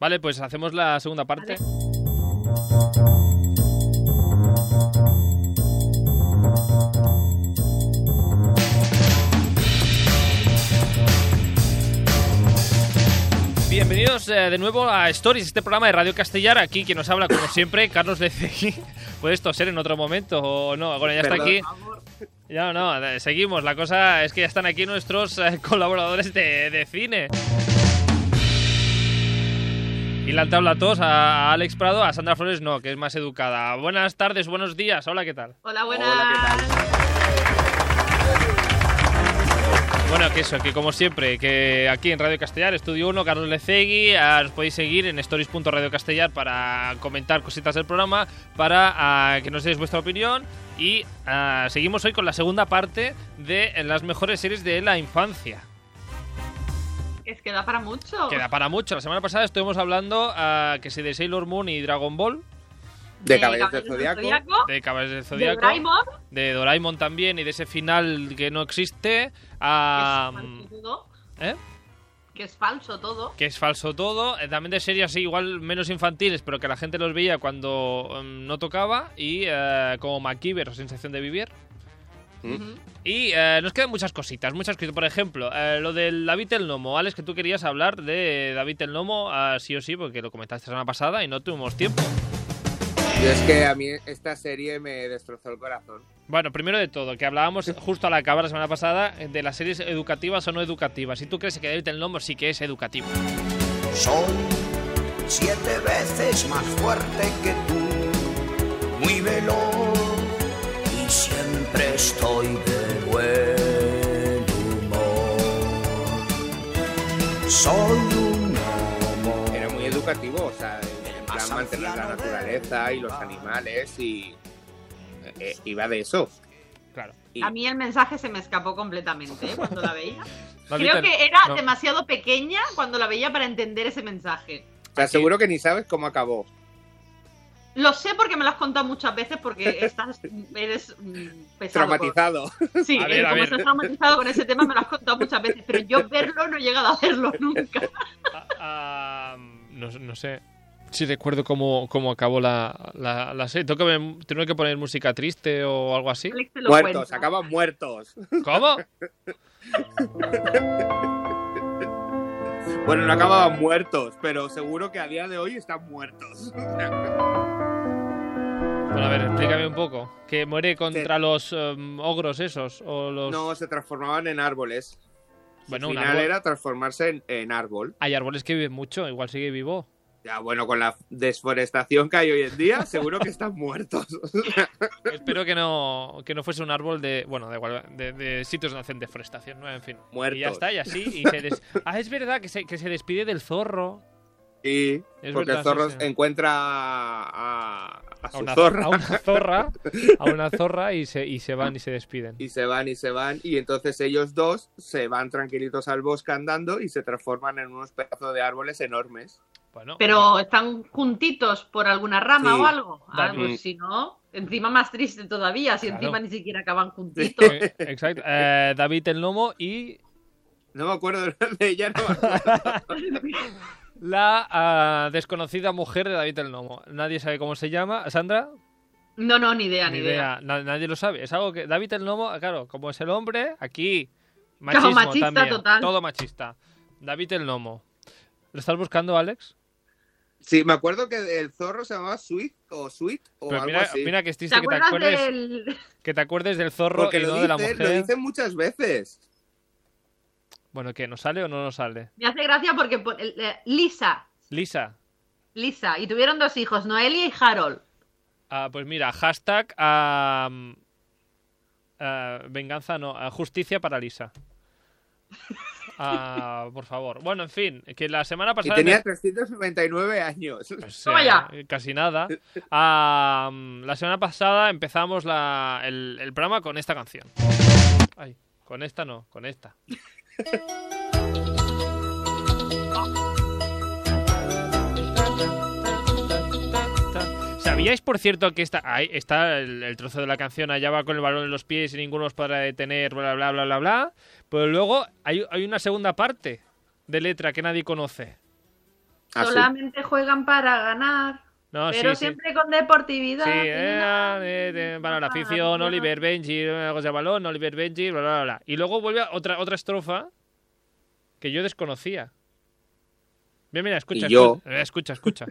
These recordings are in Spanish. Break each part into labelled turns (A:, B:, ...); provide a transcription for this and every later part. A: Vale, pues hacemos la segunda parte. Bienvenidos eh, de nuevo a Stories, este programa de Radio Castellar. Aquí quien nos habla, como siempre, Carlos de Cegui. Puede esto ser en otro momento o no. Bueno, ya está
B: Perdón,
A: aquí. Ya no, eh, seguimos. La cosa es que ya están aquí nuestros eh, colaboradores de, de cine. Y la tabla a todos, a a Alex Prado, a Sandra Flores no, que es más educada. Buenas tardes, buenos días, hola, ¿qué tal?
C: Hola, buenas.
B: Hola,
A: Bueno, que eso, que como siempre, que aquí en Radio Castellar, Estudio 1, Carlos Lecegui, ah, os podéis seguir en stories.radiocastellar para comentar cositas del programa, para ah, que nos deis vuestra opinión y ah, seguimos hoy con la segunda parte de las mejores series de la infancia.
C: Es que da para mucho.
A: Que da para mucho. La semana pasada estuvimos hablando ah, que si de Sailor Moon y Dragon Ball,
B: De Caballeros del Zodiaco.
A: de Caballeros del
C: Oh, de
A: Zodiaco,
C: Doraemon,
A: de Doraemon también y de ese final que no existe,
C: que
A: ah,
C: es falso todo,
A: ¿eh?
C: que es falso todo.
A: que es falso todo, eh, también de series así igual menos infantiles, pero que la gente los veía cuando em, no tocaba, y eh, como MacGyver o Sensación de Vivir.
B: Mm.
C: Ujú.
A: Y eh, nos quedan muchas cositas, muchas cositas. Por ejemplo, eh, lo del David el Nomo. Alex, que tú querías hablar de David el Nomo, ah, sí o sí, porque lo comentaste la semana pasada y no tuvimos tiempo.
B: Yo es que a mí esta serie me destrozó el corazón.
A: Bueno, primero de todo, que hablábamos justo al acabar la semana pasada de las series educativas o no educativas. ¿Y tú crees que David el Nomo sí que es educativo?
D: Soy siete veces más fuerte que tú, muy veloz y siempre estoy de buen humor. Soy un homo.
B: Era muy educativo, o sea, en plan
D: Más
B: mantener la
D: anciano de-
B: naturaleza y los animales y eh, iba de eso.
A: Claro.
B: Y-
C: A mí el mensaje se me escapó completamente ¿eh? cuando la veía.
A: David
C: Creo
A: el-
C: que era
A: no.
C: demasiado pequeña cuando la veía para entender ese mensaje.
B: Te aseguro que ni sabes cómo acabó.
C: Lo sé porque me lo has contado muchas veces porque estás eres mm, pesado.
B: Traumatizado.
C: con- Sí,
A: A ver,
C: eh,
A: a
C: como
A: ver.
C: estás traumatizado con ese tema me lo has contado muchas veces, pero yo verlo no he llegado a hacerlo nunca.
A: Ah, ah, no, no sé si recuerdo cómo, cómo acabó la, la, la serie. ¿Tengo que, ver- tengo que poner música triste o algo así?
C: Alex te lo
B: Muertos,
C: cuenta.
B: acaban muertos.
A: ¿Cómo?
B: Bueno, no acababan muertos, pero seguro que a día de hoy están muertos.
A: Bueno, a ver, explícame un poco. Que muere contra los em, ogros esos o los...
B: No, se transformaban en árboles.
A: bueno,
B: Al
A: un
B: final
A: árbol.
B: era transformarse en- en árbol.
A: Hay árboles que viven mucho, igual sigue vivo.
B: Ya, bueno, con la desforestación que hay hoy en día, seguro que están muertos.
A: Espero que no, que no fuese un árbol de... Bueno, da igual, de, de sitios donde hacen deforestación, ¿no? En fin.
B: Muertos.
A: Y ya está, y así. Y se des- Ah, es verdad que se, que se despide del zorro.
B: Sí,
A: Es
B: porque
A: verdad,
B: el zorro
A: sí, sí.
B: encuentra a, a- a
A: A
B: su
A: una,
B: zorra
A: a una zorra. A una zorra y se, y se van y se despiden.
B: y se van y se van. Y entonces ellos dos se van tranquilitos al bosque andando y se transforman en unos pedazos de árboles enormes.
A: Bueno,
C: Pero están juntitos por alguna rama
B: Sí.
C: o algo. Ah,
A: Dani.
C: pues si no, encima más triste todavía, si
A: Claro.
C: encima ni siquiera acaban juntitos.
A: eh, Exacto. Eh, David el Nomo y
B: No me acuerdo de ella, no me acuerdo.
A: la ah, desconocida mujer de David el Nomo. Nadie sabe cómo se llama. ¿Sandra?
C: No, no, ni idea, ni, idea.
A: Na- nadie lo sabe. Es algo que David el Nomo, ah, claro, como es el hombre, aquí.
C: Claro,
A: Machismo
C: machista
A: también.
C: total.
A: Todo machista. David el Nomo. ¿Lo estás buscando, Alex?
B: Sí, me acuerdo que el zorro se llamaba Sweet o Sweet o
A: Pero
B: algo
A: mira,
B: así.
A: mira que es
C: ¿Te
A: triste que te,
C: acuerdas
A: acuerdes,
C: del...?
A: que te acuerdes del zorro
B: Porque
A: y no
B: lo
A: de la
B: dicen, lo
A: mujer.
B: dicen muchas veces.
A: Bueno, que ¿Nos sale o no nos sale?
C: Me hace gracia porque po- el- eh, Lisa,
A: Lisa.
C: Lisa, y tuvieron dos hijos, Noelia y Harold.
A: Ah, pues mira, hashtag am, ah, venganza, no, ah, justicia para Lisa. Ah, por favor. Bueno, en fin, que la semana
B: Y
A: pasada...
B: tenía 399 años.
A: Pues,
C: Toma
A: eh,
C: ya.
A: casi nada. Ah, la semana pasada empezamos la- el, el programa con esta canción. Ay, con esta no, con esta. ¿Sabíais, por cierto, que está, ahí está el, el trozo de la canción, allá va con el balón en los pies y ninguno os podrá detener, bla, bla, bla, bla, bla? Pero luego hay, hay una segunda parte de letra que nadie conoce.
B: Así.
C: Solamente juegan para ganar,
A: Ah, No,
C: pero
A: sí, sí.
C: siempre con deportividad.
A: Sí,
C: y
A: eh,
C: nada,
A: eh, eh,
C: y
A: para la
C: nada,
A: afición,
C: y
A: Oliver
C: nada.
A: Benji, eh, José Balón, Oliver Benji, bla, bla, bla, bla. Y luego vuelve a otra, otra estrofa que yo desconocía. Mira, mira, escucha,
B: Y yo.
A: escucha, eh, escucha, escucha.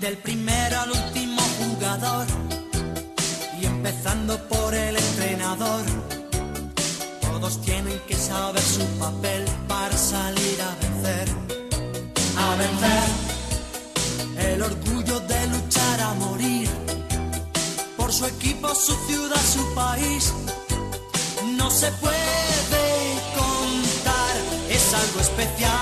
E: del primero al último jugador y empezando por el entrenador. Todos tienen que saber su papel para salir a vencer, a vencer. El orgullo de luchar a morir por su equipo, su ciudad, su país. No se puede contar, es algo especial.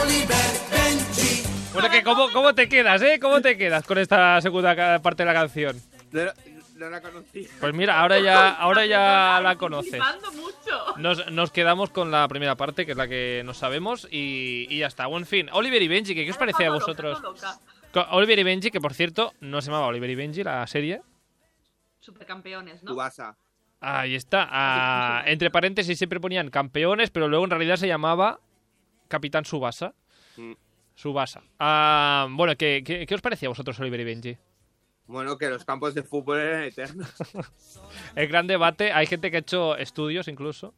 E: Oliver Benji.
A: Bueno, que cómo, ¿cómo te quedas, eh? ¿Cómo te quedas con esta segunda ca- parte de la canción?
B: No, la- no la conocí.
A: Pues mira, ahora ya, ahora ya la
C: Estoy
A: conoces.
C: flipando mucho.
A: Nos, nos quedamos con la primera parte, que es la que no sabemos, y, y ya está. Bueno, en fin, Oliver y Benji, ¿qué, qué os
C: Me he
A: parece a
C: dejado loca,
A: vosotros?
C: me he dejado loca.
A: Co- Oliver y Benji, que por cierto, no se llamaba Oliver y Benji la serie.
C: Supercampeones, ¿no?
B: Tsubasa.
A: Ahí está. Ah, entre paréntesis siempre ponían campeones, pero luego en realidad se llamaba Capitán Subasa.
B: Mm.
A: Subasa. Ah, bueno, ¿qué, qué, qué os parecía a vosotros, Oliver y Benji?
B: Bueno, que los campos de fútbol eran eternos.
A: El gran debate, hay gente que ha hecho estudios incluso.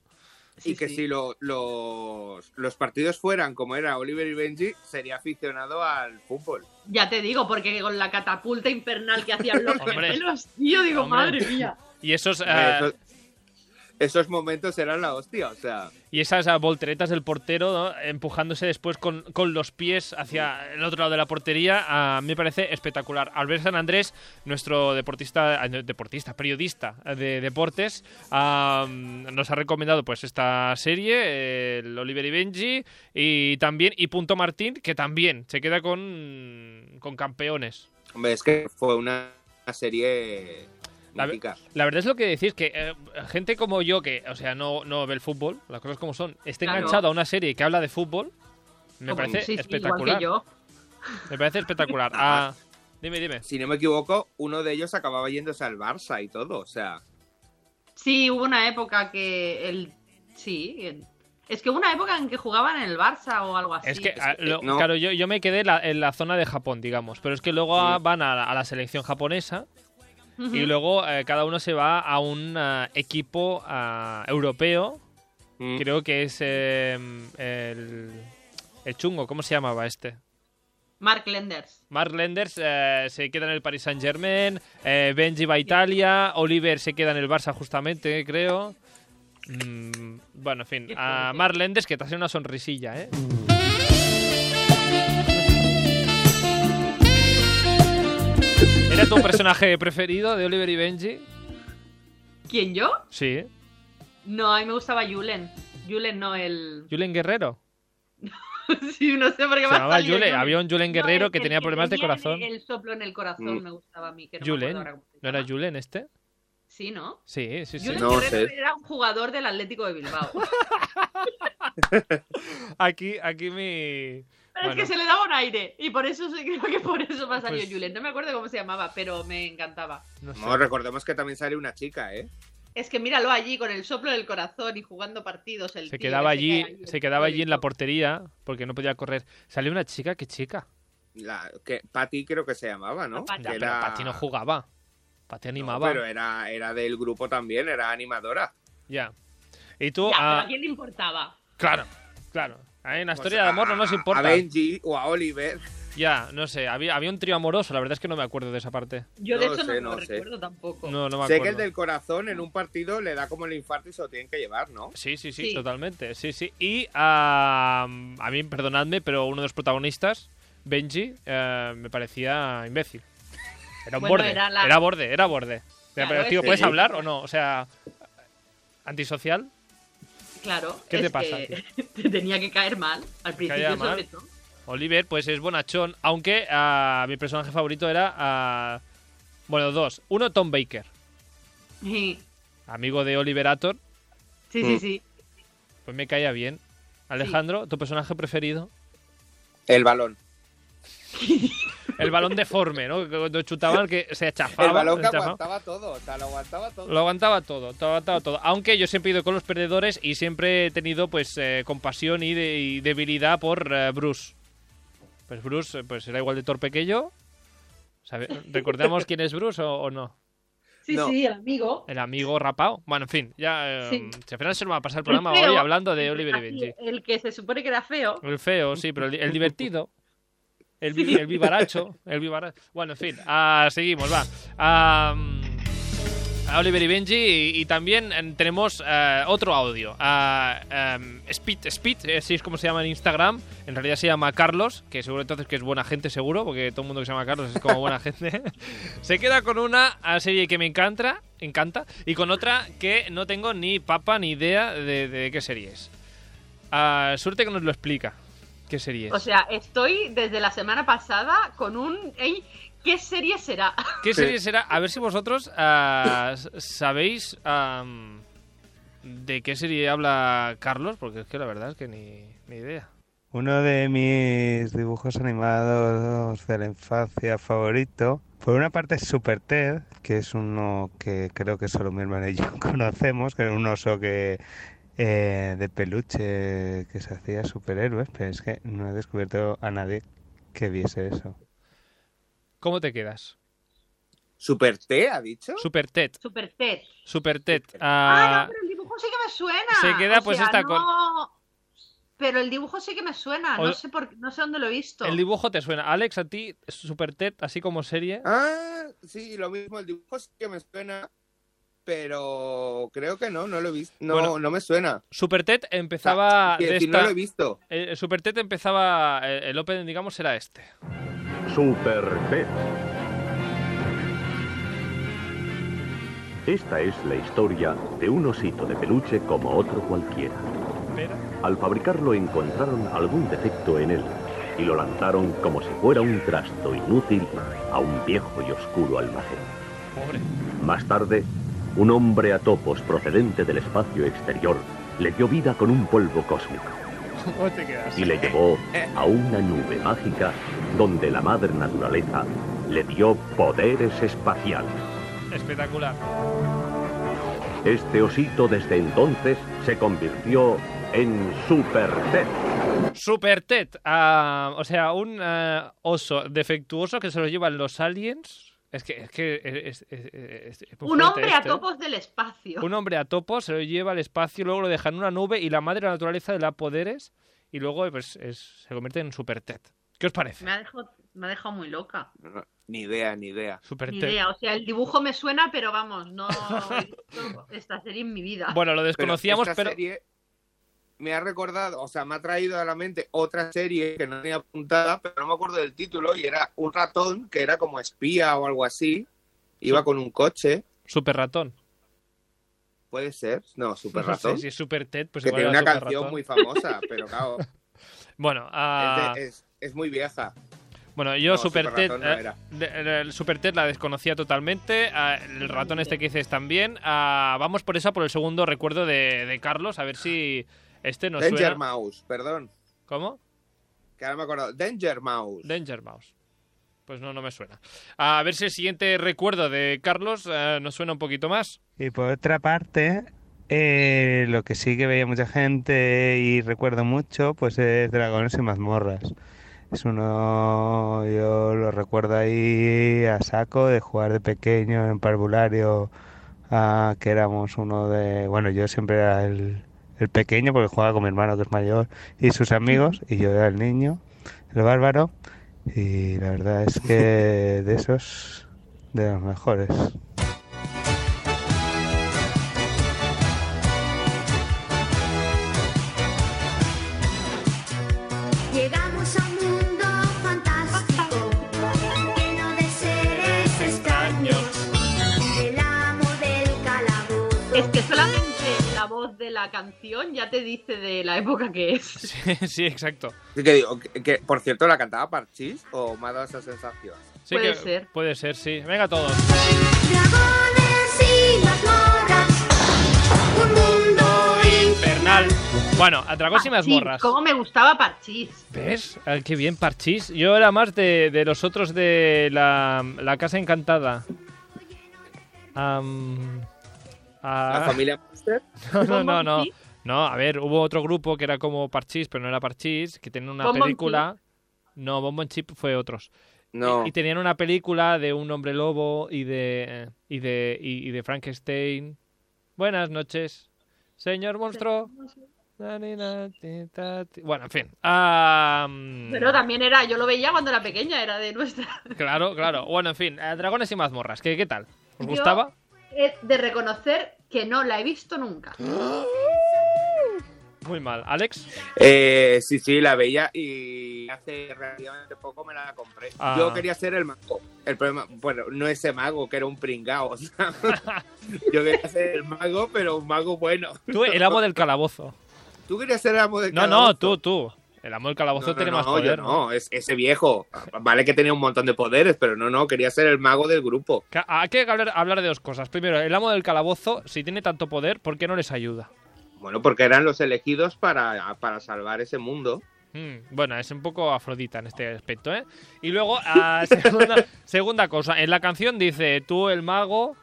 B: y que si lo- los, los partidos fueran como era Oliver y Benji, sería aficionado al fútbol.
C: Ya te digo, porque con la catapulta infernal que hacían los
A: Hombre.
C: gemelos, tío, digo,
A: Hombre.
C: madre mía.
A: Y esos, ah,
B: Esos, esos momentos eran la hostia, o sea,
A: y esas ah, volteretas del portero ¿no? empujándose después con, con los pies hacia el otro lado de la portería, a mí me parece espectacular. Albert San Andrés, nuestro deportista, ah, no, deportista, periodista de deportes, ah, nos ha recomendado pues esta serie, el Oliver y Benji, y también y Punto Martín, que también se queda con, con campeones.
B: hombre, es que fue una una serie
A: La ve-
B: mítica.
A: La verdad es lo que decís, que eh, gente como yo, que, o sea, no, no ve el fútbol, las cosas como son, está
C: Claro.
A: enganchado a una serie que habla de fútbol, me
C: Como-
A: parece
C: sí, sí,
A: espectacular.
C: Igual que yo.
A: Me parece espectacular. Ah, dime, dime.
B: Si no me equivoco, uno de ellos acababa yéndose al Barça y todo, o sea,
C: Sí, hubo una época que el. Sí. el- Es que hubo una época en que jugaban en el Barça o algo así.
A: Es que, ah,
C: eh,
A: lo-
B: no.
A: claro, yo, yo me quedé la- en la zona de Japón, digamos, pero es que luego ah, van a la, a la selección japonesa
C: Ujú.
A: y luego eh, cada uno se va a un ah, equipo ah, europeo,
B: mm,
A: creo que es eh, el, el chungo, ¿cómo se llamaba este?
C: Mark Lenders.
A: Mark Lenders eh, se queda en el Paris Saint Germain, Benji va a Italia, Oliver se queda en el Barça justamente, creo. Mm, bueno, en fin,
C: Qué
A: a
C: fuerte.
A: Mark Lenders que te hace una sonrisilla, ¿eh? ¿Era tu personaje preferido de Oliver y Benji?
C: ¿Quién yo?
A: Sí.
C: No, a mí me gustaba Julen. Julen no el.
A: Julen Guerrero.
C: sí, no sé por qué
A: Se
C: me ha
A: llamaba
C: salido
A: Julen.
C: Julen.
A: Había un Julen
C: No,
A: Guerrero
C: el-
A: que
C: el
A: tenía problemas de
C: tenía
A: corazón.
C: El soplo en el corazón
B: Mm.
C: me gustaba a mí. Que no me
A: Julen.
C: acuerdo ahora cómo se
A: ¿No era
C: llama.
A: Julen este?
C: Sí, ¿no?
A: Sí, sí, sí.
C: Julen
B: No
C: Guerrero
B: sé.
C: era un jugador del Atlético de Bilbao.
A: Aquí, aquí mi...
C: Pero
A: Bueno.
C: es que se le daba un aire. Y por eso sí, creo que por eso me ha salido
A: Pues-
C: Julen. No me acuerdo cómo se llamaba, pero me encantaba.
A: no sé.
B: no, recordemos que también sale una chica, ¿eh?
C: Es que míralo allí con el soplo del corazón y jugando partidos. El
A: se
C: tío
A: quedaba
B: este
C: que
A: allí,
C: cae ahí,
A: se quedaba allí en la
C: histórico.
A: portería porque no podía correr. Salió una chica, qué chica.
B: La, que Patty creo que se llamaba, ¿no?
C: La Patty.
A: Ya,
B: Ah, Que
A: pero
B: era-
A: Pati no jugaba. Pati
B: No,
A: animaba.
B: pero eh. era, era del grupo también, era animadora.
A: Ya. Y tú,
C: Ya,
A: ah,
C: pero ¿a quién le importaba?
A: claro, claro. En la
B: Pues
A: historia de amor no nos
B: a-
A: importa.
B: A Benji o a Oliver.
A: Ya, no sé. Había, había un trío amoroso, la verdad es que no me acuerdo de esa parte.
C: Yo
B: No
C: de
B: lo
C: hecho no,
B: sé,
C: lo
B: no sé.
C: recuerdo tampoco.
A: No, no me acuerdo.
B: Oh. Sé que el del corazón en un partido le da como el infarto y se lo tienen que llevar, ¿no?
A: Sí, sí, sí,
C: Sí.
A: totalmente. Sí, sí. Y ah, a mí, perdonadme, pero uno de los protagonistas, Benji, eh, me parecía imbécil. Era un
C: Bueno,
A: borde.
C: era la-
A: Era borde, era borde. Pero,
C: Claro,
A: tío,
C: es-
A: ¿puedes
B: Sí.
A: hablar o no? O sea, antisocial.
C: Claro.
A: ¿Qué
C: es
A: te pasa,
C: que te tenía que caer mal
A: caía
C: al principio, sobre
A: mal.
C: todo.
A: Oliver, pues es bonachón, aunque ah, mi personaje favorito era. ah, bueno, dos. Uno, Tom Baker,
C: Sí,
A: amigo de Oliver Ator,
C: sí,
B: Mm.
C: sí. sí.
A: pues me caía bien. Alejandro, ¿tu personaje preferido?
B: El balón.
A: el balón deforme, ¿no? Que Cuando chutaban que se achafaba.
B: El balón
A: se
B: que
A: achafaba.
B: aguantaba todo, o sea, lo aguantaba todo.
A: Lo aguantaba todo, todo, aguantaba todo. Aunque yo siempre he ido con los perdedores y siempre he tenido pues eh, compasión y, de- y debilidad por eh, Bruce. Pues Bruce eh, pues era igual de torpe que yo. ¿Sabe- ¿Recordamos quién es Bruce o, o no?
F: Sí,
B: No.
F: sí, el amigo.
A: El amigo rapao. Bueno, en fin, ya... eh,
F: Sí.
A: si al final se nos va a pasar el programa
C: feo.
A: hoy hablando de Oliver y
C: Así,
A: Benji.
C: El que se supone que era feo.
A: El feo, sí, pero el, el divertido. El, vi- el vivaracho. El vivaracho. Bueno, en fin, ah, seguimos, va. Ah, mm, a Oliver y Benji y, y también eh, tenemos eh, otro audio. a em, Speed, Speed, eh, así es como se llama en Instagram. En realidad se llama Carlos, que seguro entonces que es buena gente, seguro, porque todo el mundo que se llama Carlos es como buena gente. se queda con una ah, serie que me encanta, encanta y con otra que no tengo ni papa ni idea de, de qué serie es. Ah, suerte que nos lo explica. ¿Qué serie es?
C: O sea, estoy desde la semana pasada con un. ey, ¿Qué serie será?
A: ¿Qué
B: Sí.
A: serie será? A ver si vosotros ah, s- sabéis am, de qué serie habla Carlos, porque es que la verdad es que ni, ni idea.
G: Uno de mis dibujos animados de la infancia favorito, por una parte es Super Ted, que es uno que creo que solo mi hermano y yo conocemos, que era un oso que eh, de peluche que se hacía superhéroes, pero es que no he descubierto a nadie que viese eso.
A: ¿Cómo te quedas?
B: ¿Super T ha dicho?
A: Super Ted.
C: Super Ted.
A: Super Ted.
C: Ah,
A: ah,
C: no, pero el dibujo sí que me suena.
A: se queda,
C: O
A: pues,
C: sea,
A: esta
C: no- Pero el dibujo sí que me suena.
A: O-
C: No sé, por... no sé dónde lo he visto.
A: el dibujo te suena. Alex, a ti, Super Ted, así como serie.
B: Ah, sí, lo mismo, el dibujo sí que me suena, pero creo que no, no lo he visto. No,
A: Bueno.
B: no me suena.
A: Super Ted empezaba.
B: Quiero
A: de
B: Ah, decir,
A: esta-
B: no lo he visto.
A: el- el Super Ted empezaba. El, el Open, digamos, era este.
H: Super Ted. Esta es la historia de un osito de peluche como otro cualquiera.
A: Espera.
H: Al fabricarlo encontraron algún defecto en él y lo lanzaron como si fuera un trasto inútil a un viejo y oscuro almacén.
A: Pobre.
H: Más tarde, un hombre a topos procedente del espacio exterior le dio vida con un polvo cósmico
A: ¿Cómo te quedas?
H: y le llevó a una nube mágica donde la madre naturaleza le dio poderes espaciales.
A: Espectacular.
H: Este osito desde entonces se convirtió en Super Ted.
A: Super Ted, ah, o sea, un ah, oso defectuoso que se lo llevan los aliens. Es que es, que es- es- es- es muy
C: Un
A: fuerte
C: hombre a
A: esto, ¿eh?
C: topos del espacio.
A: Un hombre a topo se lo lleva al espacio, luego lo deja en una nube y la madre de la naturaleza le da poderes y luego eh, pues, es- se convierte en Super Ted. ¿Qué os parece?
C: Me ha dejado, me ha dejado muy loca.
B: Ni idea, ni idea.
A: Super
C: Ni
A: Ted.
C: idea. O sea, el dibujo me suena, pero vamos, no he visto esta serie en mi vida.
A: Bueno, lo
B: Pero
A: desconocíamos,
B: esta
A: pero,
B: serie me ha recordado, o sea, me ha traído a la mente otra serie que no tenía apuntada, pero no me acuerdo del título, y era un ratón que era como espía o algo así. Iba con un coche,
A: Super Ratón.
B: puede ser. No, super
A: No sé
B: ratón.
A: si es Super Ted, pues
B: que
A: igual
B: tiene
A: era
B: una
A: Super
B: canción
A: Ratón.
B: muy famosa, pero claro, es de-
A: Bueno, ah,
B: es- es muy vieja.
A: Bueno, yo
B: No,
A: Super,
B: Super
A: Ted,
B: Ratón no
A: eh,
B: era.
A: de- de- el Super Ted la desconocía totalmente, ah, el ratón este que dices también. Ah, vamos por esa, por el segundo recuerdo de, de Carlos, a ver si este nos
B: Danger
A: suena.
B: Mouse, perdón.
A: ¿Cómo?
B: Que ahora me acuerdo. Danger Mouse.
A: Danger Mouse. Pues no, no me suena. A ver si el siguiente recuerdo de Carlos eh, nos suena un poquito más.
G: Y por otra parte, eh, lo que sí que veía mucha gente y recuerdo mucho, pues es Dragones y mazmorras. Es uno, yo lo recuerdo ahí a saco de jugar de pequeño en parvulario, a que éramos uno de, bueno, yo siempre era el, el pequeño porque jugaba con mi hermano que es mayor y sus amigos y yo era el niño, el bárbaro y la verdad es que de esos, de los mejores.
I: Llegamos a un mundo fantástico lleno de seres extraños. El amo del calabozo.
C: Es que solamente la voz de la canción ya te dice de la época que es.
A: Sí, sí, exacto.
B: Sí que digo, que, que, por cierto, ¿la cantaba Parchís o me ha dado esa sensación?
A: Sí
C: Puede
A: que-
C: ser.
A: Puede ser, sí. Venga todos.
I: Dragones y mazmorras. Un mundo infernal.
A: Bueno, atracos y
C: Parchís,
A: mazmorras.
C: Ah, ¿Cómo me gustaba Parchís?
A: ¿Ves? Ah, qué bien, Parchís. Yo era más de, de los otros de la, la Casa Encantada. Am, ah,
B: La familia Monster.
A: no, no, no, no.
C: Bombo
A: No, a ver, hubo otro grupo que era como Parchís, pero no era Parchís, que tenían una
C: Bombo en
A: película. No, Bombo en Chip fue otros.
B: No.
A: Y, y tenían una película de un hombre lobo y de y de y, y de Frankenstein. Buenas noches, señor monstruo. Na, ni, na, ti, ta, ti. Bueno, en fin. Ah, mm,
C: Pero también era, yo lo veía cuando era pequeña, era de nuestra.
A: claro, claro. Bueno, en fin. eh, Dragones y mazmorras. ¿Qué, qué tal? ¿Os
C: Yo-
A: gustaba?
C: Eh, De reconocer que no la he visto nunca.
A: Muy mal. ¿Alex?
B: Eh, sí, sí, la veía y hace relativamente poco me la compré.
A: Ah.
B: Yo quería ser el mago. El problema, bueno, no ese mago, que era un pringao. o sea, yo quería ser el mago, pero un mago bueno.
A: Tú, el amo del calabozo.
B: ¿Tú querías ser el amo de
A: No, no, tú, tú. El amo del calabozo tiene más
B: yo
A: poder. ¿no?
B: no, es, ese viejo. Vale que tenía un montón de poderes, pero no, no, quería ser el mago del grupo.
A: Ca- Hay que hablar, hablar de dos cosas. Primero, el amo del calabozo, si tiene tanto poder, ¿por qué no les ayuda?
B: Bueno, porque eran los elegidos para, para salvar ese mundo.
A: Mm, bueno, es un poco afrodita en este aspecto, ¿eh? Y luego, ah, segunda, segunda cosa, en la canción dice, tú el mago,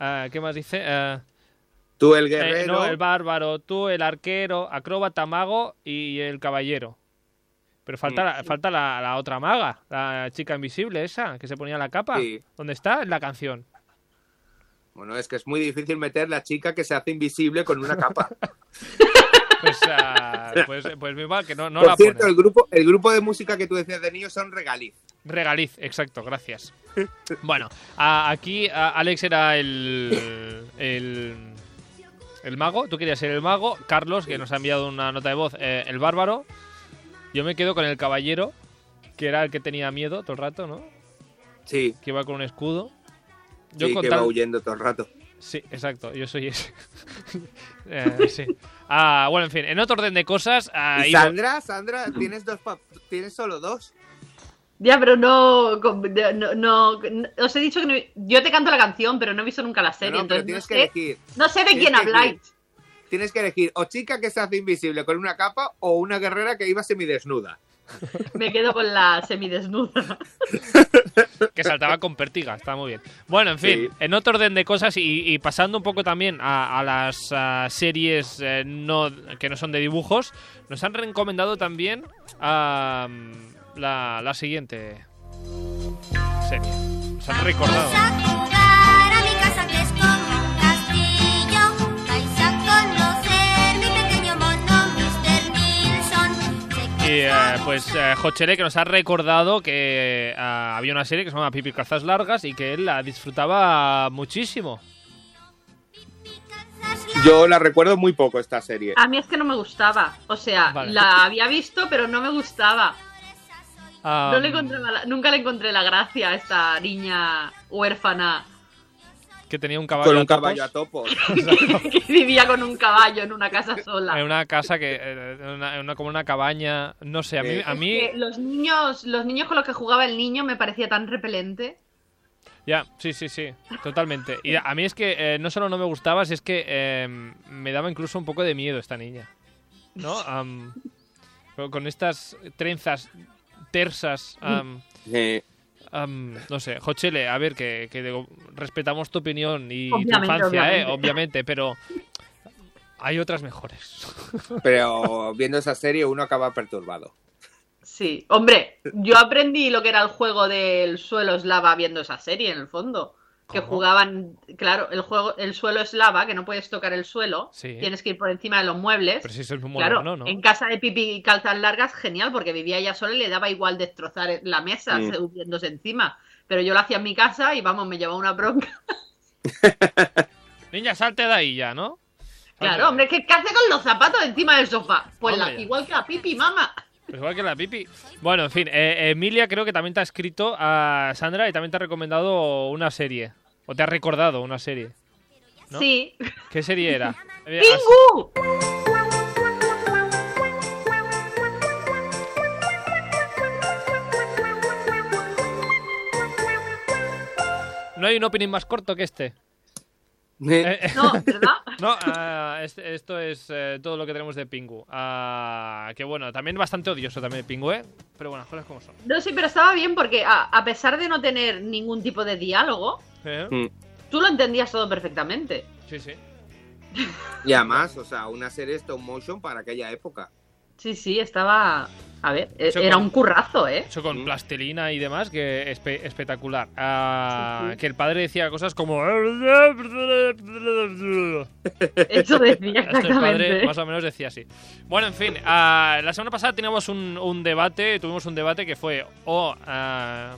A: ah, ¿qué más dice? Ah,
B: Tú el
A: eh,
B: guerrero.
A: no, el bárbaro, tú el arquero, acróbata, mago y el caballero. Pero
B: Mm,
A: falta, la, falta la, la otra maga, la chica invisible esa, que se ponía la capa.
B: Sí.
A: ¿Dónde está? En la canción.
B: Bueno, es que es muy difícil meter la chica que se hace invisible con una capa.
A: Pues, ah, pues, pues muy mal, que no, no
B: Por
A: la
B: cierto,
A: ponen.
B: el grupo, el grupo de música que tú decías de niños son Regaliz.
A: Regaliz, exacto, gracias. Bueno, a- aquí a- Alex era el, el. el mago, tú querías ser el mago. Carlos, que nos ha enviado una nota de voz, eh, el bárbaro. Yo me quedo con el caballero, que era el que tenía miedo todo el rato, ¿no?
B: Sí,
A: Que iba con un escudo. Yo
B: sí
A: con
B: que
A: tal-
B: va huyendo todo el rato.
A: Sí, exacto, yo soy ese. Eh, sí. Ah, bueno, en fin, en otro orden de cosas. ah,
B: Y
A: iba-
B: Sandra, Sandra, tienes dos pap- tienes solo dos.
C: Ya, pero no, con- de- no, no- no- Os he dicho que no, yo te canto la canción, pero no he visto nunca la
B: No,
C: serie,
B: no, pero
C: entonces no
B: tienes que
C: sé,
B: elegir.
C: no sé de
B: tienes
C: quién
B: que elegir.
C: habláis.
B: Tienes que elegir o chica que se hace invisible con una capa o una guerrera que iba semidesnuda.
C: Me quedo con la semidesnuda.
A: que saltaba con pertiga, está muy bien. Bueno, en fin,
B: Sí.
A: en otro orden de cosas y, y pasando un poco también a, a las ah, series eh, no, que no son de dibujos, nos han recomendado también ah, la, la siguiente serie. Nos han recordado.
I: a jugar a mi casa que es como un castillo. Vais a conocer mi pequeño mono, Mr. Nilsson. Sé
A: Y
I: que
A: eh,
I: somos
A: pues eh, Jochele que nos ha recordado que ah, había una serie que se llama Pipi Calzas Largas y que él la disfrutaba muchísimo.
B: Yo la recuerdo muy poco esta serie.
C: A mí es que no me gustaba, o sea,
A: Vale.
C: la había visto, pero no me gustaba.
A: Ah,
C: No le encontraba la- nunca le encontré la gracia a esta niña huérfana
A: que tenía un caballo
B: Con un
A: a topos.
B: caballo a topos.
C: que vivía con un caballo en una casa
A: En
C: sola.
A: una casa que. eh, en una, en una- como una cabaña. No sé, a mí.
B: Sí.
A: A mí
C: Que los niños, los niños con los que jugaba el niño me parecía tan repelente.
A: ya, sí, sí, sí. Totalmente. Y a mí es que eh, no solo no me gustaba, es que eh, me daba incluso un poco de miedo esta niña. ¿No? Am, con- con estas trenzas tersas. am,
B: Eh,
A: am, no sé, Jochele, a ver, que, que digo, respetamos tu opinión y tu
C: Obviamente,
A: infancia, ¿eh?
C: obviamente.
A: Obviamente, pero. Hay otras mejores.
B: pero viendo esa serie uno acaba perturbado.
C: Sí, hombre, yo aprendí lo que era el juego del suelo es lava viendo esa serie, en el fondo. Que
A: ¿Cómo?
C: jugaban, claro, el juego, el suelo es lava, que no puedes tocar el suelo,
A: Sí.
C: tienes que ir por encima de los muebles.
A: Pero si sois muy
C: Claro,
A: moderno, ¿no?
C: en casa de Pipi y calzas largas, genial, porque vivía ella sola y le daba igual destrozar la mesa
B: Mm.
C: subiéndose encima. Pero yo lo hacía en mi casa y vamos, me llevaba una bronca.
A: Niña, salte de ahí ya, ¿no? Salte de
C: Claro,
A: ahí.
C: hombre, ¿qué, qué hace con los zapatos encima del sofá? Pues la-
A: Hombre.
C: igual que la Pipi, mamá.
A: Pues igual que la pipi. Bueno, en fin, eh, Emilia creo que también te ha escrito a Sandra y también te ha recomendado una serie. O te ha recordado una serie. ¿No?
C: Sí.
A: ¿Qué serie era? Eh, has-
C: ¡Pingu!
A: No hay un opening más corto que este. Eh,
C: No, ¿verdad?
A: No, ah, es- esto es eh, todo lo que tenemos de Pingu. Ah, que bueno, también bastante odioso también Pingu, ¿eh? Pero bueno, las cosas como son.
C: No, sí, pero estaba bien porque a, a pesar de no tener ningún tipo de diálogo,
A: ¿Eh?
C: tú lo entendías todo perfectamente.
A: Sí, sí.
B: Y además, o sea, una serie stop motion para aquella época.
C: Sí, sí, estaba... A ver, eh,
A: Eso
C: era
A: con-
C: un currazo, ¿eh?
A: Hecho con
B: Mm.
A: plastilina y demás, que espe- espectacular. Ah,
C: Sí, sí.
A: Que el padre decía cosas como...
C: Eso decía
A: Este padre
C: exactamente.
A: más o menos decía así. Bueno, en fin, ah, la semana pasada teníamos un, un debate, tuvimos un debate que fue... o ah,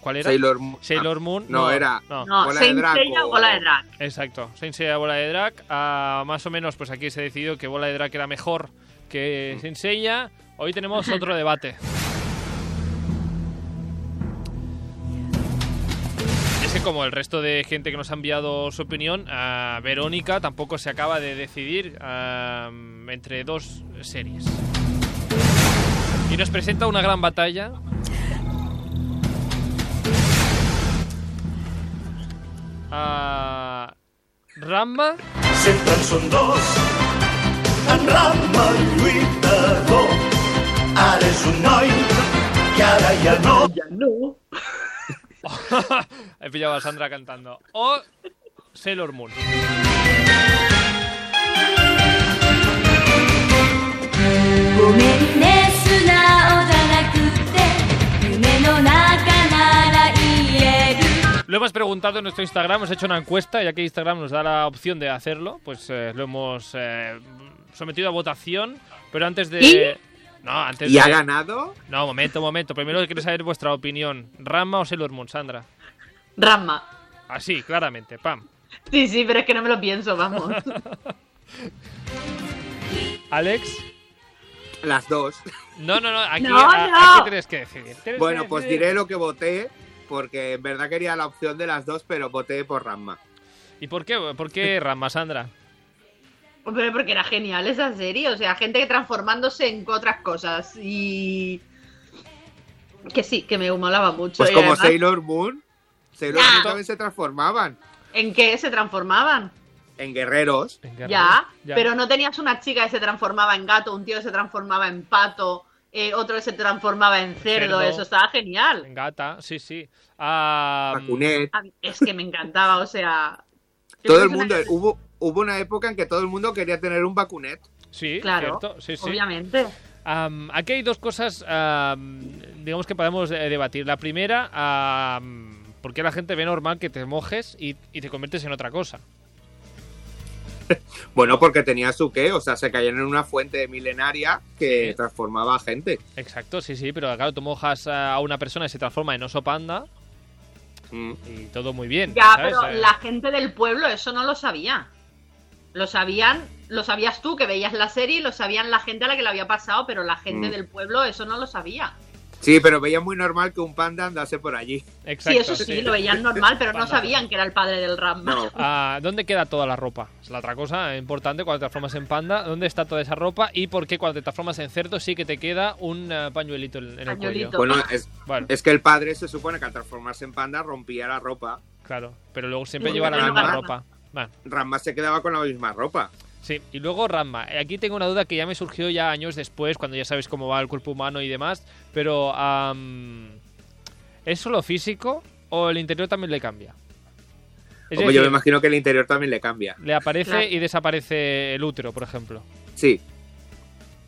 A: ¿Cuál era?
B: Sailor Moon.
A: Sailor Moon.
B: No, era-
A: no.
C: No,
B: Bola de
C: Saint
B: Draco.
C: Seiya, bola de drag.
A: Exacto, Saint Seiya Bola de Drag. ah, más o menos, pues aquí se decidió que Bola de Drag era mejor que Saint Seiya. Hoy tenemos otro debate. Es que como el resto de gente que nos ha enviado su opinión, ah, Verónica tampoco se acaba de decidir ah, entre dos series. Y nos presenta una gran batalla. Ah, Ramba
F: Sempre en són dos, en Rama i lluitador. Ara és un noi, i ara ja no.
C: Ya no.
A: He pillado a Sandra cantando. O Sailor Moon.
I: 「ごめんね素直じゃなくて」「夢の中なら言える」
A: Lo hemos preguntado en nuestro Instagram, hemos hecho una encuesta, ya que Instagram nos da la opción de hacerlo, pues eh, lo hemos eh, sometido a votación, pero antes de... No, antes
B: ¿Y
A: de...
B: ha ganado?
A: No, momento, momento. Primero quiero saber vuestra opinión. ¿Rama o Sailor Moon, Sandra?
C: Rama.
A: Así, claramente, pam.
C: Sí, sí, pero es que no me lo pienso, vamos.
A: ¿Alex?
B: Las dos.
A: No, no, no, aquí,
C: No,
A: a-
C: no.
A: aquí tienes que decidir. Tienes
B: Bueno,
A: que
B: pues
A: decidir.
B: diré lo que voté, porque en verdad quería la opción de las dos, pero voté por Ranma.
A: ¿Y por qué, por qué Rama, Sandra?
C: Hombre, porque era genial esa serie. O sea, gente que transformándose en otras cosas. Y. Que sí, que me molaba mucho.
B: Pues
C: Y
B: como
C: además,
B: Sailor Moon, Sailor
C: Ya.
B: Moon también se transformaban
C: ¿En qué se transformaban?
B: en guerreros.
A: Venga,
C: Ya,
A: ya.
C: Pero no tenías una chica que se transformaba en gato, un tío que se transformaba en pato, eh, otro que se transformaba en cerdo.
A: Cerdo.
C: Eso estaba genial.
A: Gata, sí, sí. Ah,
B: Bakunet.
C: A mí- Es que me encantaba, o sea. yo creo
B: Todo
C: que
B: el
C: es una-
B: mundo, hubo, hubo una época en que todo el mundo quería tener un Bakunet.
A: sí,
C: Claro,
A: cierto, sí, sí.
C: obviamente.
A: Am, aquí hay dos cosas, am, digamos que podemos eh, debatir. La primera, am, ¿por qué la gente ve normal que te mojes y, y te conviertes en otra cosa?
B: Bueno, porque tenía su qué, o sea, se caían en una fuente milenaria que
A: Sí.
B: transformaba a gente.
A: Exacto, sí, sí, pero claro, tú mojas a una persona y se transforma en oso panda
B: Mm.
A: y todo muy bien.
C: Ya,
A: ¿sabes?
C: pero
A: Eh,
C: la gente del pueblo eso no lo sabía. Lo sabían, lo sabías tú que veías la serie y lo sabían la gente a la que la había pasado, pero la gente
B: Mm.
C: del pueblo eso no lo sabía.
B: Sí, pero veía muy normal que un panda andase por allí.
A: Exacto,
C: sí, eso sí, lo veían normal, pero no
A: Panda.
C: sabían que era el padre del Ramma.
B: No,
A: Ah, ¿Dónde queda toda la ropa? Es la otra cosa importante cuando te transformas en panda. ¿Dónde está toda esa ropa? Y por qué cuando te transformas en cerdo sí que te queda un eh, pañuelito en, en el
C: Pañuelito.
A: cuello.
B: bueno, es,
A: Bueno,
B: es que el padre se supone que al transformarse en panda rompía la ropa.
A: claro, pero luego siempre
B: No,
A: lleva la
B: no,
A: misma
B: no,
C: no.
A: ropa. Bueno.
B: Ranma se quedaba con la misma ropa.
A: Sí, y luego Ranma. Eh, Aquí tengo una duda que ya me surgió ya años después, cuando ya sabes cómo va el cuerpo humano y demás, pero am, ¿es solo físico o el interior también le cambia? Es
B: Como
A: decir,
B: yo me imagino que el interior también le cambia.
A: le aparece
C: Claro.
A: y desaparece el útero, por ejemplo.
B: Sí,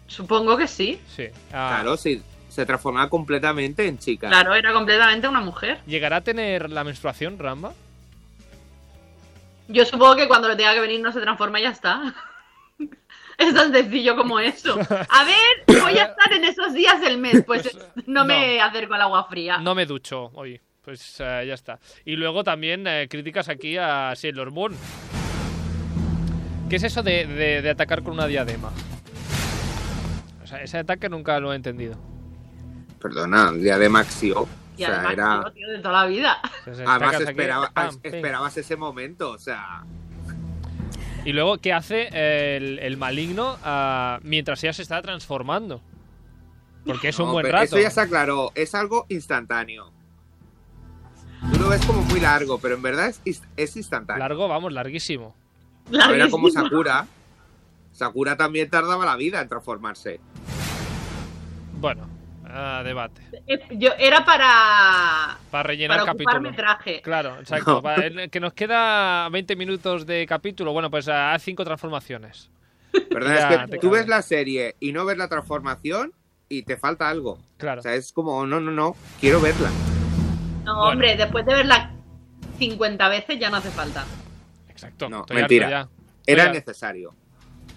C: Supongo que sí.
A: Sí. Ah,
B: claro, sí. Se transformaba completamente en chica.
C: Claro, era completamente una mujer.
A: ¿Llegará a tener la menstruación, Ranma?
C: Yo supongo que cuando le tenga que venir no se transforma y ya está. Es tan sencillo como eso. A ver, voy a estar en esos días del mes, pues, no, me acerco al agua
B: Ah.
C: fría.
A: No me ducho hoy. Pues eh, ya está. Y luego también eh, críticas aquí a Sailor Moon. ¿Qué es eso de, de- de atacar con una diadema? O sea, ese ataque nunca lo he entendido.
B: Perdona, el día de Maxio.
C: y
B: oh. o sea,
C: además, oh.
B: era...
C: tío, tío, de toda la vida.
A: O sea, se
B: Además
A: atacas aquí,
B: esperaba-
A: pam, pim.
B: esperabas ese momento, o sea...
A: Y luego, ¿qué hace el, el maligno ah, mientras ella se está transformando? Porque es un
B: No,
A: buen
B: pero
A: rato.
B: Eso ya se aclaró, es algo instantáneo. Tú lo ves como muy largo, pero en verdad es, inst- es instantáneo.
A: Largo, vamos, larguísimo.
B: Era como
C: Larguísimo.
B: Sakura. Sakura también tardaba la vida en transformarse.
A: Bueno, ah, debate.
C: Eh, Yo, era para,
A: Para rellenar
C: para ocupar
A: capítulo.
C: metraje.
A: Claro, exacto. Para- el- que nos queda 20 minutos de capítulo. Bueno, pues ah, haz cinco transformaciones. Ya,
B: ¿Verdad? es que
A: te
B: tú
A: cabe.
B: ves la serie y no ves la transformación y te falta algo.
A: Claro.
B: O sea, es como, no, no, no, quiero verla.
C: No,
A: Bueno.
C: hombre, después de verla 50 veces ya no hace falta.
A: Exacto.
B: No,
A: estoy harto
B: mentira.
A: ya.
B: Era
A: Oiga.
B: necesario.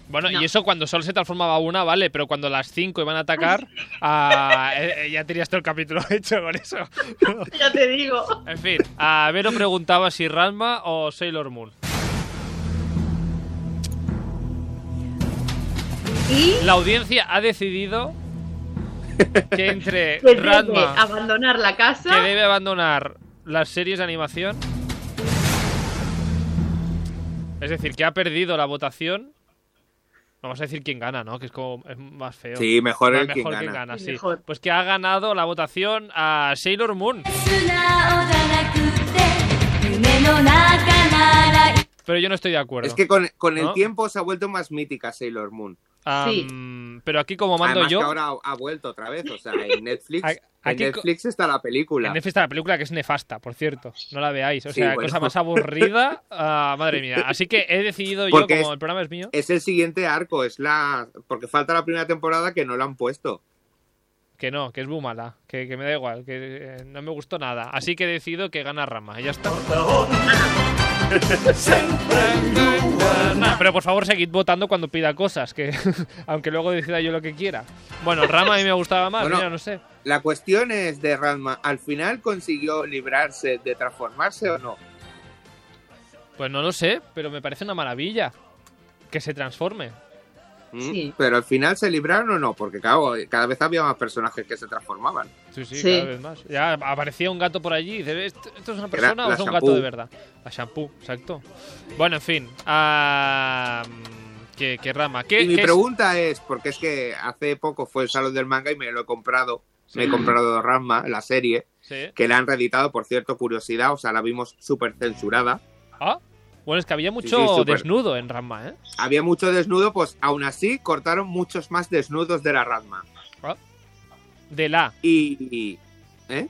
A: Bueno,
C: No.
A: y eso cuando solo se transformaba una, vale, pero cuando las cinco iban a atacar, ah, eh, eh, ya tenías todo el capítulo hecho con eso.
C: Ya te digo.
A: En fin, a Vero preguntaba si Ranma o Sailor Moon.
C: Y
A: La audiencia ha decidido que entre
C: que debe
A: Ranma,
C: abandonar la casa.
A: que debe abandonar las series de animación, es decir, que ha perdido la votación. No Vamos a decir quién gana, ¿no? Que es como es más feo.
B: Sí, mejor
A: Ah,
B: el quien
A: mejor
B: gana.
A: quien gana,
C: Sí,
A: sí.
C: mejor.
A: Pues que ha ganado la votación a Sailor Moon.
I: 素直じゃなくて夢の中なら
A: Pero yo no estoy de acuerdo.
B: Es que con, con el
A: ¿No?
B: tiempo se ha vuelto más mítica Sailor Moon.
A: Am, Pero aquí como mando
B: Además
A: yo...
B: que ahora ha, ha vuelto otra vez. O sea, en Netflix,
A: A- aquí
B: en
A: co-
B: Netflix está la película.
A: En Netflix está la película que es nefasta, por cierto. No la veáis. O
B: Sí,
A: sea,
B: bueno.
A: cosa más aburrida. Ah, madre mía. Así que he decidido yo,
B: Porque
A: como
B: es-
A: el programa es mío.
B: Es el siguiente arco, es la. Porque falta la primera temporada que no la han puesto.
A: Que no, que es muy mala, que, que me da igual, que eh, no me gustó nada. Así que decido que gana Rama, y ya está. Pero por favor seguid votando cuando pida cosas, que aunque luego decida yo lo que quiera. Bueno, Rama a mí me gustaba más,
B: Bueno.
A: mira, no sé.
B: La cuestión es de Ranma, ¿al final consiguió librarse de transformarse o no?
A: Pues no lo sé, pero me parece una maravilla que se transforme.
B: ¿Mm?
C: Sí.
B: Pero al final se libraron o no, porque claro, cada vez había más personajes que se transformaban.
A: Sí, sí,
C: Sí.
A: cada vez más. Ya aparecía un gato por allí y dices, ¿esto, esto es una
B: Era
A: persona o
B: la
A: es un
B: shampoo.
A: gato de verdad? La shampoo, exacto. Bueno, en fin. ah, ¿qué, qué Rama? ¿Qué,
B: y mi
A: qué es-
B: pregunta es, porque es que hace poco fue el salón del manga y me lo he comprado,
A: Sí.
B: me he comprado Ranma, la serie,
A: Sí.
B: que la han reeditado, por cierto, curiosidad, o sea, la vimos súper censurada.
A: Ah, bueno, es que había mucho
B: sí, súper.
A: desnudo en Ranma, ¿eh?
B: Había mucho desnudo, pues aún así cortaron muchos más desnudos de la Ranma.
A: De la,
B: Y, ¿eh?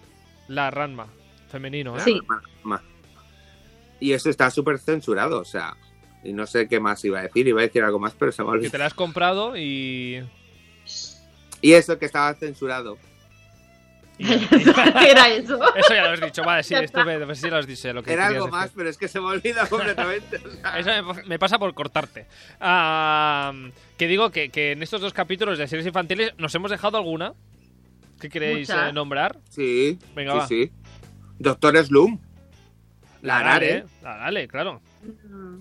A: la Ranma, femenino, ¿eh?
C: Sí.
B: Ma- Y eso está súper censurado, o sea, y no sé qué más iba a decir, iba a decir algo más, pero se me ha
A: Que
B: olvidado.
A: te la has comprado y...
B: Y eso que estaba censurado.
C: Era eso.
A: Eso ya lo has dicho, vale, sí,
C: Ya está.
A: estupendo, pues sí lo has dicho. Lo que
B: Era
A: querías
B: algo
A: decir.
B: más, pero es que se me olvida completamente. o sea.
A: Eso me, me pasa por cortarte. Ah, que digo que, que en estos dos capítulos de series infantiles nos hemos dejado alguna que queréis
C: Muchas.
A: eh, nombrar.
B: Sí,
A: Venga,
B: sí,
A: va.
B: sí. Doctor ¿eh? Sloom. La Nare.
A: La Nare, claro. No,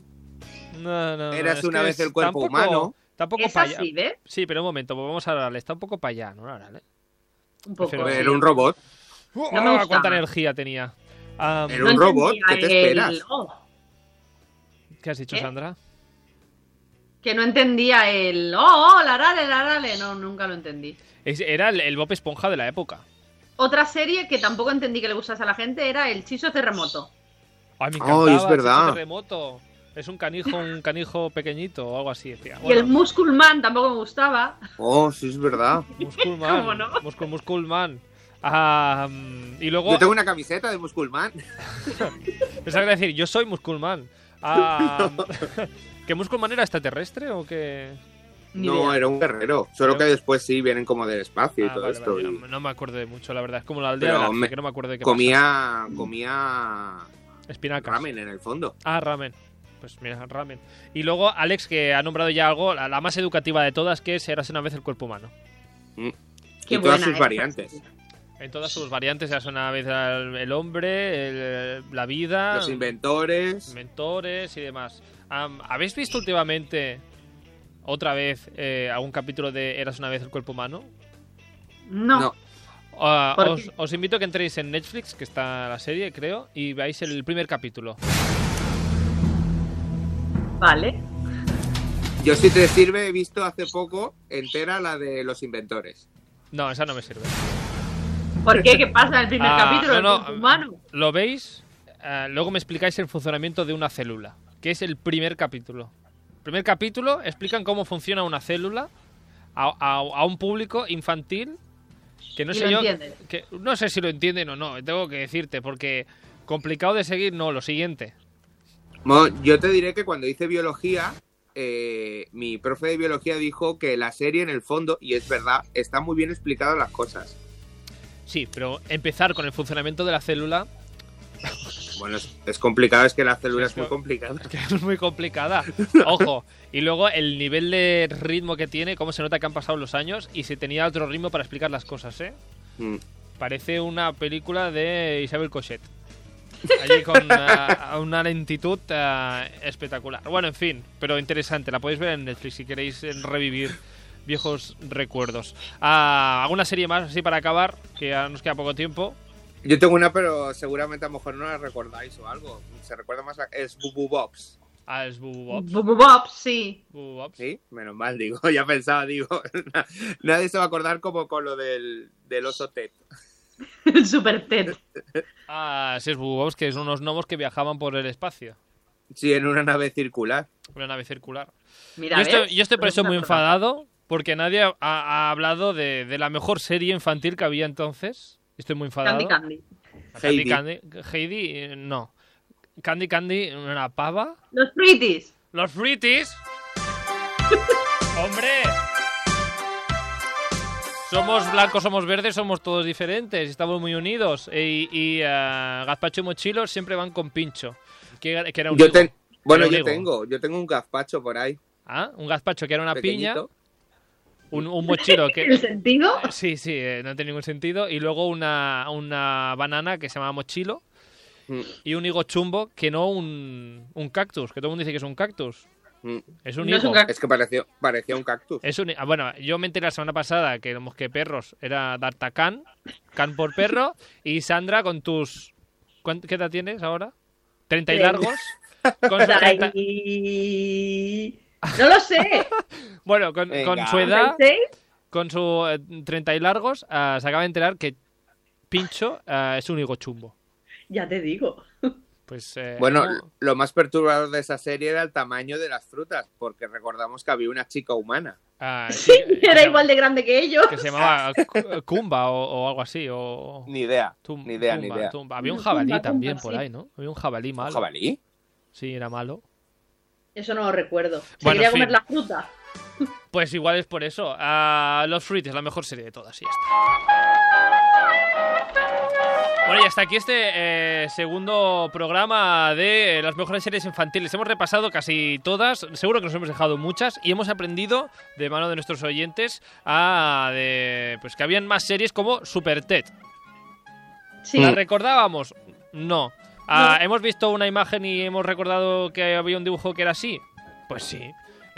A: no, no,
B: Eras
A: es
B: una
A: que
B: vez
A: es-
B: el cuerpo
A: tampoco-
B: humano.
A: Tampoco
C: Es
A: para allá.
C: así, ¿ves?
A: Sí, pero un momento, pues vamos a Arale. Está un poco para allá, ¿no? Arale.
C: Un poco.
A: Pero-
B: Era un robot.
C: me gusta.
A: Ah, ¿Cuánta energía tenía? Ah,
B: Pero- un robot,
C: entendía
B: ¿qué te esperas?
C: oh,
A: ¿Qué has dicho,
C: ¿Eh?
A: Sandra?
C: que no entendía el. Oh, oh, la rale, la rale. No, nunca lo entendí.
A: Es- Era el, el Bob Esponja de la época.
C: Otra serie que tampoco entendí que le gustase a la gente era El Chiso Terremoto.
A: Ay, me
B: Ay,
A: encantaba.
B: es verdad.
A: ese terremoto. Es un canijo, un canijo pequeñito o algo así. decía.
C: Y el
A: Bueno.
C: Musculman tampoco me gustaba.
B: Oh, sí, es verdad.
A: Musculman.
C: ¿Cómo no?
A: Muscul, Musculman. Ah, mm, y luego,
B: Yo tengo una camiseta de Musculman.
A: pensaba que iba a decir, yo soy Musculman. Ah, ¿Que Musculman era extraterrestre o qué?
C: Ni
B: no,
A: eh,
C: idea.
B: era un guerrero. Solo que después sí vienen como del espacio y
A: Ah,
B: todo
A: vale,
B: esto.
A: vale, yo
B: y
A: no, no me acuerdo de mucho, la verdad. Es como la aldea
B: Pero
A: de García,
B: me-
A: que no me acuerdo de qué
B: comía, comía
A: pasa. Espinacas.
B: ramen en el fondo.
A: Ah, ramen. Pues mira, ramen. Y luego, Alex, que ha nombrado ya algo, la, la más educativa de todas, que es Eras una vez el cuerpo humano.
C: Qué
B: y todas
C: buena ¿eh?
B: sus
C: esa
B: variantes.
A: En todas sus variantes, Eras una vez al- el hombre, el- la vida,
B: Los inventores.
A: mentores y demás. Am, ¿Habéis visto últimamente otra vez eh, algún capítulo de Eras una vez el cuerpo humano?
C: No.
B: No.
A: Ah,
C: ¿Por
A: os,
C: qué?
A: os invito a que entréis en Netflix, que está la serie, creo, y veáis el primer capítulo.
C: Vale.
B: Yo, si te sirve, he visto hace poco entera la de los inventores.
A: No, esa no me sirve.
C: ¿Por qué? ¿Qué pasa en el primer
A: Ah,
C: capítulo?
A: no,
C: del
A: no,
C: cuerpo humano?
A: Lo veis ah, luego me explicáis el funcionamiento de una célula, que es el primer capítulo. El primer capítulo explican cómo funciona una célula a, a- a un público infantil que no
C: Y
A: sé
C: lo
A: yo
C: entienden.
A: que no sé si lo entienden o no, tengo que decirte porque complicado de seguir no, lo siguiente.
B: Mo, yo te diré que cuando hice biología, eh, mi profe de biología dijo que la serie en el fondo, y es verdad, está muy bien explicadas las cosas.
A: Sí, pero empezar con el funcionamiento de la célula
B: Bueno, es, es complicado, es que la célula
A: Es
B: es muy
A: que-
B: complicada.
A: que es muy complicada. Ojo, y luego el nivel de ritmo que tiene, cómo se nota que han pasado los años y se tenía otro ritmo para explicar las cosas, ¿eh?
B: Mm.
A: Parece una película de Isabel Cochet. Allí con ah, una lentitud ah, espectacular. Bueno, en fin, pero interesante. La podéis ver en Netflix si queréis eh, revivir viejos recuerdos. Ah, ¿Alguna serie más así para acabar? Que ya nos queda poco tiempo.
B: Yo tengo una, pero seguramente a lo mejor no la recordáis o algo. Se recuerda más la... Es Bubu Bobs.
A: Ah, es Bubble Bob.
C: Bu- bu- bop, sí.
A: Bubble Bob.
B: Sí, menos mal, digo. Ya pensaba, digo. na- Nadie se va a acordar como con lo del, del oso Ted.
C: El super TED.
A: Ah, sí, es Bubble Bob, que son unos gnomos que viajaban por el espacio.
B: Sí, en una nave circular.
A: Una nave circular.
C: Mira,
A: Yo estoy,
C: ¿ves?
A: yo estoy por eso muy
C: Resulta probado.
A: enfadado, porque nadie ha, ha hablado de, de la mejor serie infantil que había entonces. Estoy muy enfadado.
C: Candy Candy.
A: Candy
B: Heidi.
A: Candy. Heidi, eh, no. Candy Candy, una pava.
C: Los Pretties.
A: ¡Los British! ¡Hombre! Somos blancos, somos verdes, somos todos diferentes, estamos muy unidos. Y, y ah, Gazpacho y Mochilo siempre van con pincho. Que, que era un
B: Yo
A: higo.
B: ten-
A: Pero
B: Bueno, yo
A: digo.
B: tengo. Yo tengo un gazpacho por ahí.
A: Ah, Un gazpacho que era una
B: pequeñito.
A: piña, un, un mochilo que...
C: ¿El sentido?
A: Sí, sí, eh, no tiene ningún sentido. Y luego una, una banana que se llama mochilo
B: Mm.
A: y un higo chumbo que no un, un cactus, que todo el mundo dice que es un cactus.
B: Mm.
A: Es un
C: No
A: higo.
C: es un cactus.
B: Es que pareció, parecía un cactus.
A: Es un- ah, bueno, yo me enteré la semana pasada que los mosqueperros era Dartacan, can por perro, y Sandra con tus... ¿cuán- ¿Qué edad tienes ahora? ¿30 y
C: Treinta.
A: largos? Con sus 30
C: Ahí. No lo sé.
A: Bueno, con, con
B: Venga.
A: su edad...
C: 36.
A: con su eh, 30 y largos, ah, se acaba de enterar que Pincho ah, es un higo chumbo.
C: Ya te digo.
A: Pues, eh,
B: Bueno,
A: no-
B: lo más perturbador de esa serie era el tamaño de las frutas, porque recordamos que había una chica humana.
A: ah, sí,
C: Sí,
A: eh, que-
C: era igual de grande que ellos.
A: Que se llamaba Cu- Kumba o, o algo así. O...
B: Ni idea,
A: Tum-
B: ni idea,
A: Tumba,
B: ni idea.
A: Tumba. Había un
C: No, Tumba,
A: jabalí
C: Tumba,
A: también
C: sí.
A: por ahí, ¿no? Había un jabalí malo.
B: ¿Un jabalí?
A: Sí, era malo.
C: Eso no lo recuerdo. Se
A: Bueno,
C: quería
A: en fin.
C: comer la fruta.
A: Pues igual es por eso. Ah, Los Fruit es la mejor serie de todas y ya está. Bueno, y hasta aquí este eh, segundo programa de eh, las mejores series infantiles. Hemos repasado casi todas, seguro que nos hemos dejado muchas y hemos aprendido de mano de nuestros oyentes a de, pues que habían más series como Super Ted.
C: Sí.
A: ¿La recordábamos? No. Ah, ¿Hemos visto una imagen y hemos recordado que había un dibujo que era así? Pues sí.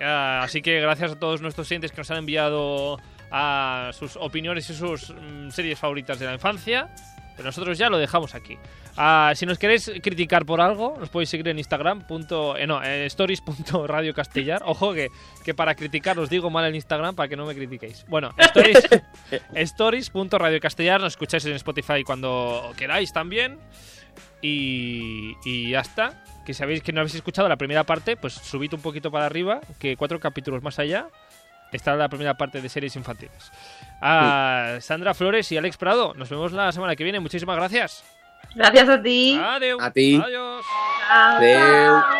A: Ah, así que gracias a todos nuestros clientes que nos han enviado a sus opiniones y sus mm, series favoritas de la infancia. Pero nosotros ya lo dejamos aquí. Ah, si nos queréis criticar por algo, nos podéis seguir en Instagram. punto- eh, no, eh, stories.radiocastellar. Ojo que, que para criticar os digo mal el Instagram para que no me critiquéis. Bueno, stories. stories.radiocastellar. Nos escucháis en Spotify cuando queráis también. Y, y ya está. Que sabéis que no habéis escuchado la primera parte, pues subid un poquito para arriba, que cuatro capítulos más allá está la primera parte de series infantiles. Ah, Sandra Flores y Alex Prado, nos vemos la semana que viene. Muchísimas gracias.
C: Gracias a ti.
A: Adeu.
B: A ti.
A: Adiós.
C: Chao.
B: Adeu.